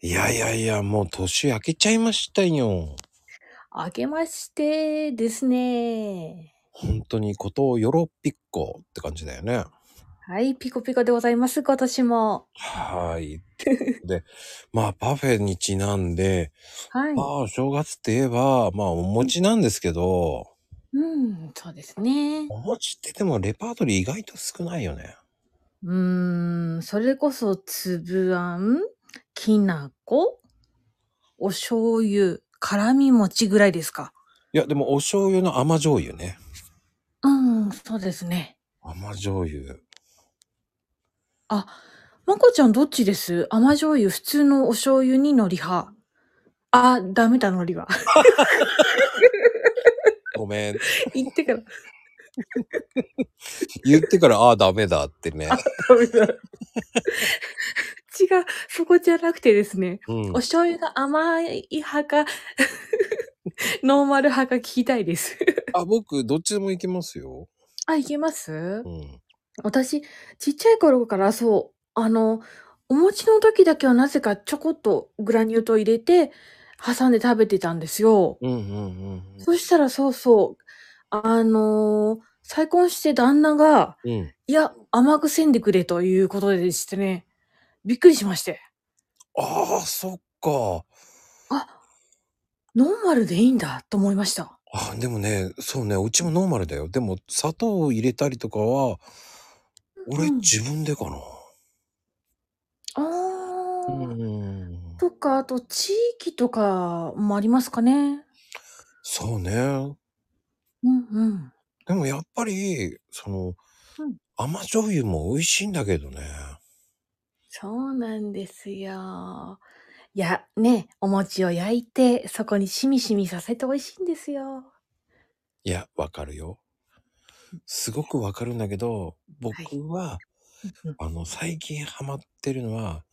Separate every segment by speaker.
Speaker 1: いやいやいや、もう年明けちゃいましたよ。
Speaker 2: 明けましてですね。
Speaker 1: 本当にことをよろぴっこって感じだよね。
Speaker 2: はい、ピコピコでございます、今年も。
Speaker 1: はい。で、 まあパフェにちなんで、
Speaker 2: はい。
Speaker 1: まあお正月って言えば、まあお餅なんですけど、
Speaker 2: うん、そうですね。
Speaker 1: お餅ってでもレパートリー意外と少ないよね。
Speaker 2: うーん、それこそ、つぶあん、きなこ、お醤油、辛み餅ぐらいですか。
Speaker 1: いや、でもお醤油の甘醤油ね。
Speaker 2: うん、そうですね。
Speaker 1: 甘醤油。
Speaker 2: あ、まこちゃんどっちです甘醤油、普通のお醤油に海苔派。あ、ダメだ、海苔は。
Speaker 1: ごめん。
Speaker 2: 言ってから。
Speaker 1: 言ってから、ああ、ダメだってね。
Speaker 2: ダメだ。違う、 そこじゃなくてですね。
Speaker 1: うん
Speaker 2: お。醤油が甘い派か、 ノーマル派か聞きたいです。
Speaker 1: あ、僕、どっちでもいけますよ。
Speaker 2: あ、いけます
Speaker 1: うん。
Speaker 2: 私、ちっちゃい頃からそう、あの、お餅の時だけはなぜかちょこっとグラニュー糖入れて、挟んで食べてたんですよ。
Speaker 1: うんうんうん
Speaker 2: そしたらそうそう、あのー再婚して旦那が、
Speaker 1: うん。うん。
Speaker 2: いや、甘くせんでくれということでしてね、びっくりしまして。
Speaker 1: ああ、そっか。
Speaker 2: あ、ノーマルでいいんだと思いました。
Speaker 1: あ、でもね、そうね、うちもノーマルだよ。でも、砂糖を入れたりとかは、俺
Speaker 2: うん
Speaker 1: 自分でかな。
Speaker 2: あ
Speaker 1: う
Speaker 2: ー。
Speaker 1: ん。
Speaker 2: とか、あと地域とかもありますかね。
Speaker 1: そうね。
Speaker 2: うんうん。
Speaker 1: でもやっぱり、その
Speaker 2: うん、
Speaker 1: 甘醤油も美味しいんだけどね。
Speaker 2: そうなんですよ。いや、ね、お餅を焼いて、そこにしみしみさせて美味しいんですよ。
Speaker 1: いや、わかるよ。すごくわかるんだけど、僕は、
Speaker 2: うん
Speaker 1: あの、最近ハマってるのは、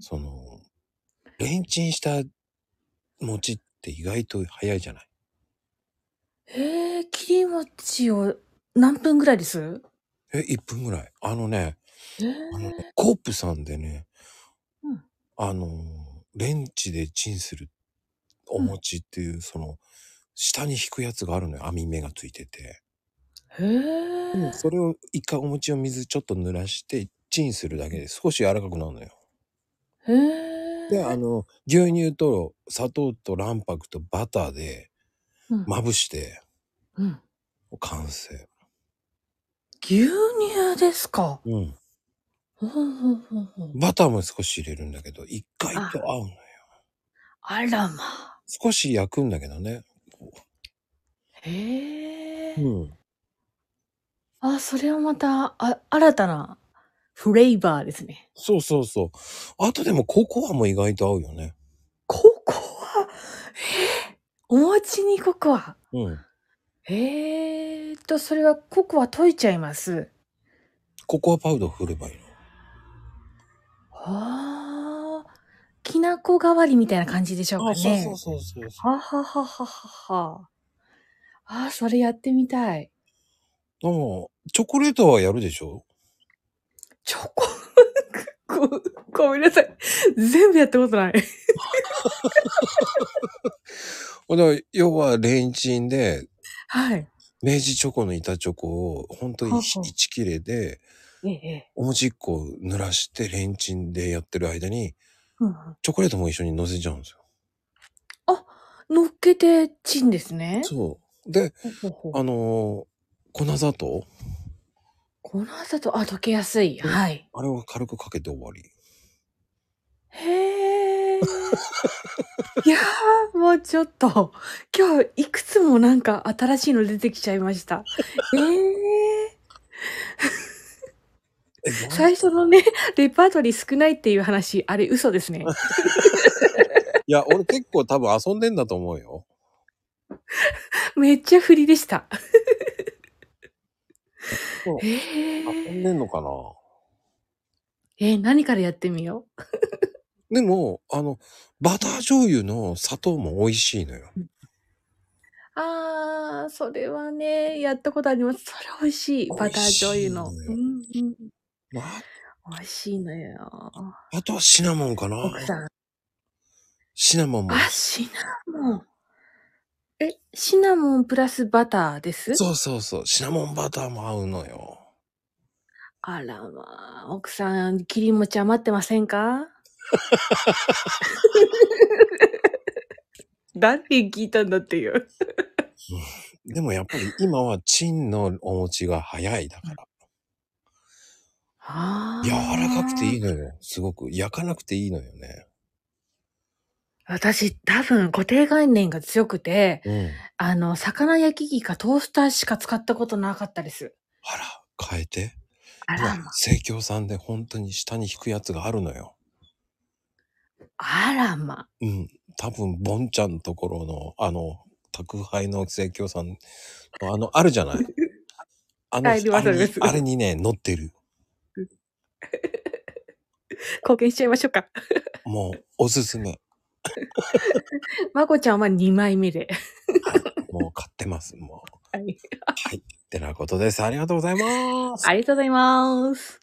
Speaker 1: その、レンチンした餅って意外と早いじゃない。
Speaker 2: へえ、切り餅を何分ぐらいです
Speaker 1: え、1分ぐらい。あのね、
Speaker 2: へえ。
Speaker 1: あのねコープさんでね、
Speaker 2: うん
Speaker 1: あのー、レンチでチンするお餅っていう、その、下に引くやつがあるのよ。網目がついてて。
Speaker 2: へえ。
Speaker 1: それを一回お餅を水ちょっと濡らして、チンするだけで少し柔らかくなるのよ。
Speaker 2: へえ。
Speaker 1: で、あの、牛乳と砂糖と卵白とバターで
Speaker 2: うん、
Speaker 1: まぶして、
Speaker 2: うん
Speaker 1: 完成。
Speaker 2: 牛乳ですか。
Speaker 1: うん。
Speaker 2: ほうほうほうほう
Speaker 1: バターも少し入れるんだけど、一回と合うのよ。
Speaker 2: あらまあ。
Speaker 1: 少し焼くんだけどね。
Speaker 2: へえ。
Speaker 1: うん。
Speaker 2: あ、それはまた、あ、新たなフレーバーですね。
Speaker 1: そうそうそう。あとでもココアも意外と合うよね。
Speaker 2: ココアえーお餅にココア
Speaker 1: うん。
Speaker 2: えーっと、それはココア溶いちゃいます。
Speaker 1: ココアパウダーを振ればいいの。
Speaker 2: はあ。きなこ代わりみたいな感じでしょうか
Speaker 1: あ、
Speaker 2: ね。
Speaker 1: そうそうそうそうそ
Speaker 2: はははははは。あー、それやってみたい。
Speaker 1: う。でも、チョコレートはやるでしょ
Speaker 2: チョコ、ご、ごめんなさい。全部やったことない。
Speaker 1: だから要はレンチンで、
Speaker 2: はい。
Speaker 1: 明治チョコの板チョコを本当に
Speaker 2: ほうほう
Speaker 1: 1切れで、
Speaker 2: ええ。
Speaker 1: お餅1個濡らしてレンチンでやってる間に、
Speaker 2: うんうん
Speaker 1: チョコレートも一緒に乗せちゃうんですよ。
Speaker 2: あ、乗っけてチンですね。
Speaker 1: そう。で、
Speaker 2: ほうほうほう
Speaker 1: あのー粉砂糖
Speaker 2: 粉砂糖、あ、溶けやすい。はい。
Speaker 1: あれは軽くかけて終わり。
Speaker 2: へえ。 いやー、もうちょっと、今日いくつもなんか新しいの出てきちゃいました。ええ。
Speaker 1: え、どう
Speaker 2: 最初のね、レパートリー少ないっていう話、あれ嘘ですね。
Speaker 1: いや、俺結構多分遊んでんだと思うよ。
Speaker 2: めっちゃ振りでした。
Speaker 1: そう
Speaker 2: え
Speaker 1: 遊ん
Speaker 2: え。
Speaker 1: でんのかな
Speaker 2: えー、何からやってみよう。
Speaker 1: でも、あの、バター醤油の砂糖も美味しいのよ。
Speaker 2: あー、それはね、やったことあります。それ美味しい。バター醤油の。
Speaker 1: 美味しい
Speaker 2: うんうん
Speaker 1: あ
Speaker 2: 美味しいのよ。
Speaker 1: あとはシナモンかな
Speaker 2: 奥さん。
Speaker 1: シナモンも。
Speaker 2: あ、シナモン。え、シナモンプラスバターです
Speaker 1: そうそうそう。シナモンバターも合うのよ。
Speaker 2: あらまあ、奥さん、切り餅余ってません か誰に聞いたんだっていう。
Speaker 1: でもやっぱり今はチンのお餅が早いだから。
Speaker 2: あー
Speaker 1: 柔らかくていいのよ。すごく。焼かなくていいのよね。
Speaker 2: 私、多分固定概念が強くて、
Speaker 1: うん。
Speaker 2: あの、魚焼き器かトースターしか使ったことなかったです。
Speaker 1: あら、変えて。
Speaker 2: あらま
Speaker 1: 今、生協さんで本当に下に引くやつがあるのよ。
Speaker 2: あらま。
Speaker 1: うん。多分、ボンちゃんところの、あの、宅配の生協さんの、あの、あるじゃ ない。あの、あ
Speaker 2: は
Speaker 1: れ
Speaker 2: いありますありま
Speaker 1: に
Speaker 2: す
Speaker 1: あれにね、乗ってる。
Speaker 2: 貢献しちゃいましょうか。
Speaker 1: もう、おすすめ。
Speaker 2: まこちゃんは2枚目で。
Speaker 1: もう買ってます。もう。
Speaker 2: はい。
Speaker 1: はい。ってなことです。ありがとうございます。
Speaker 2: ありがとうございます。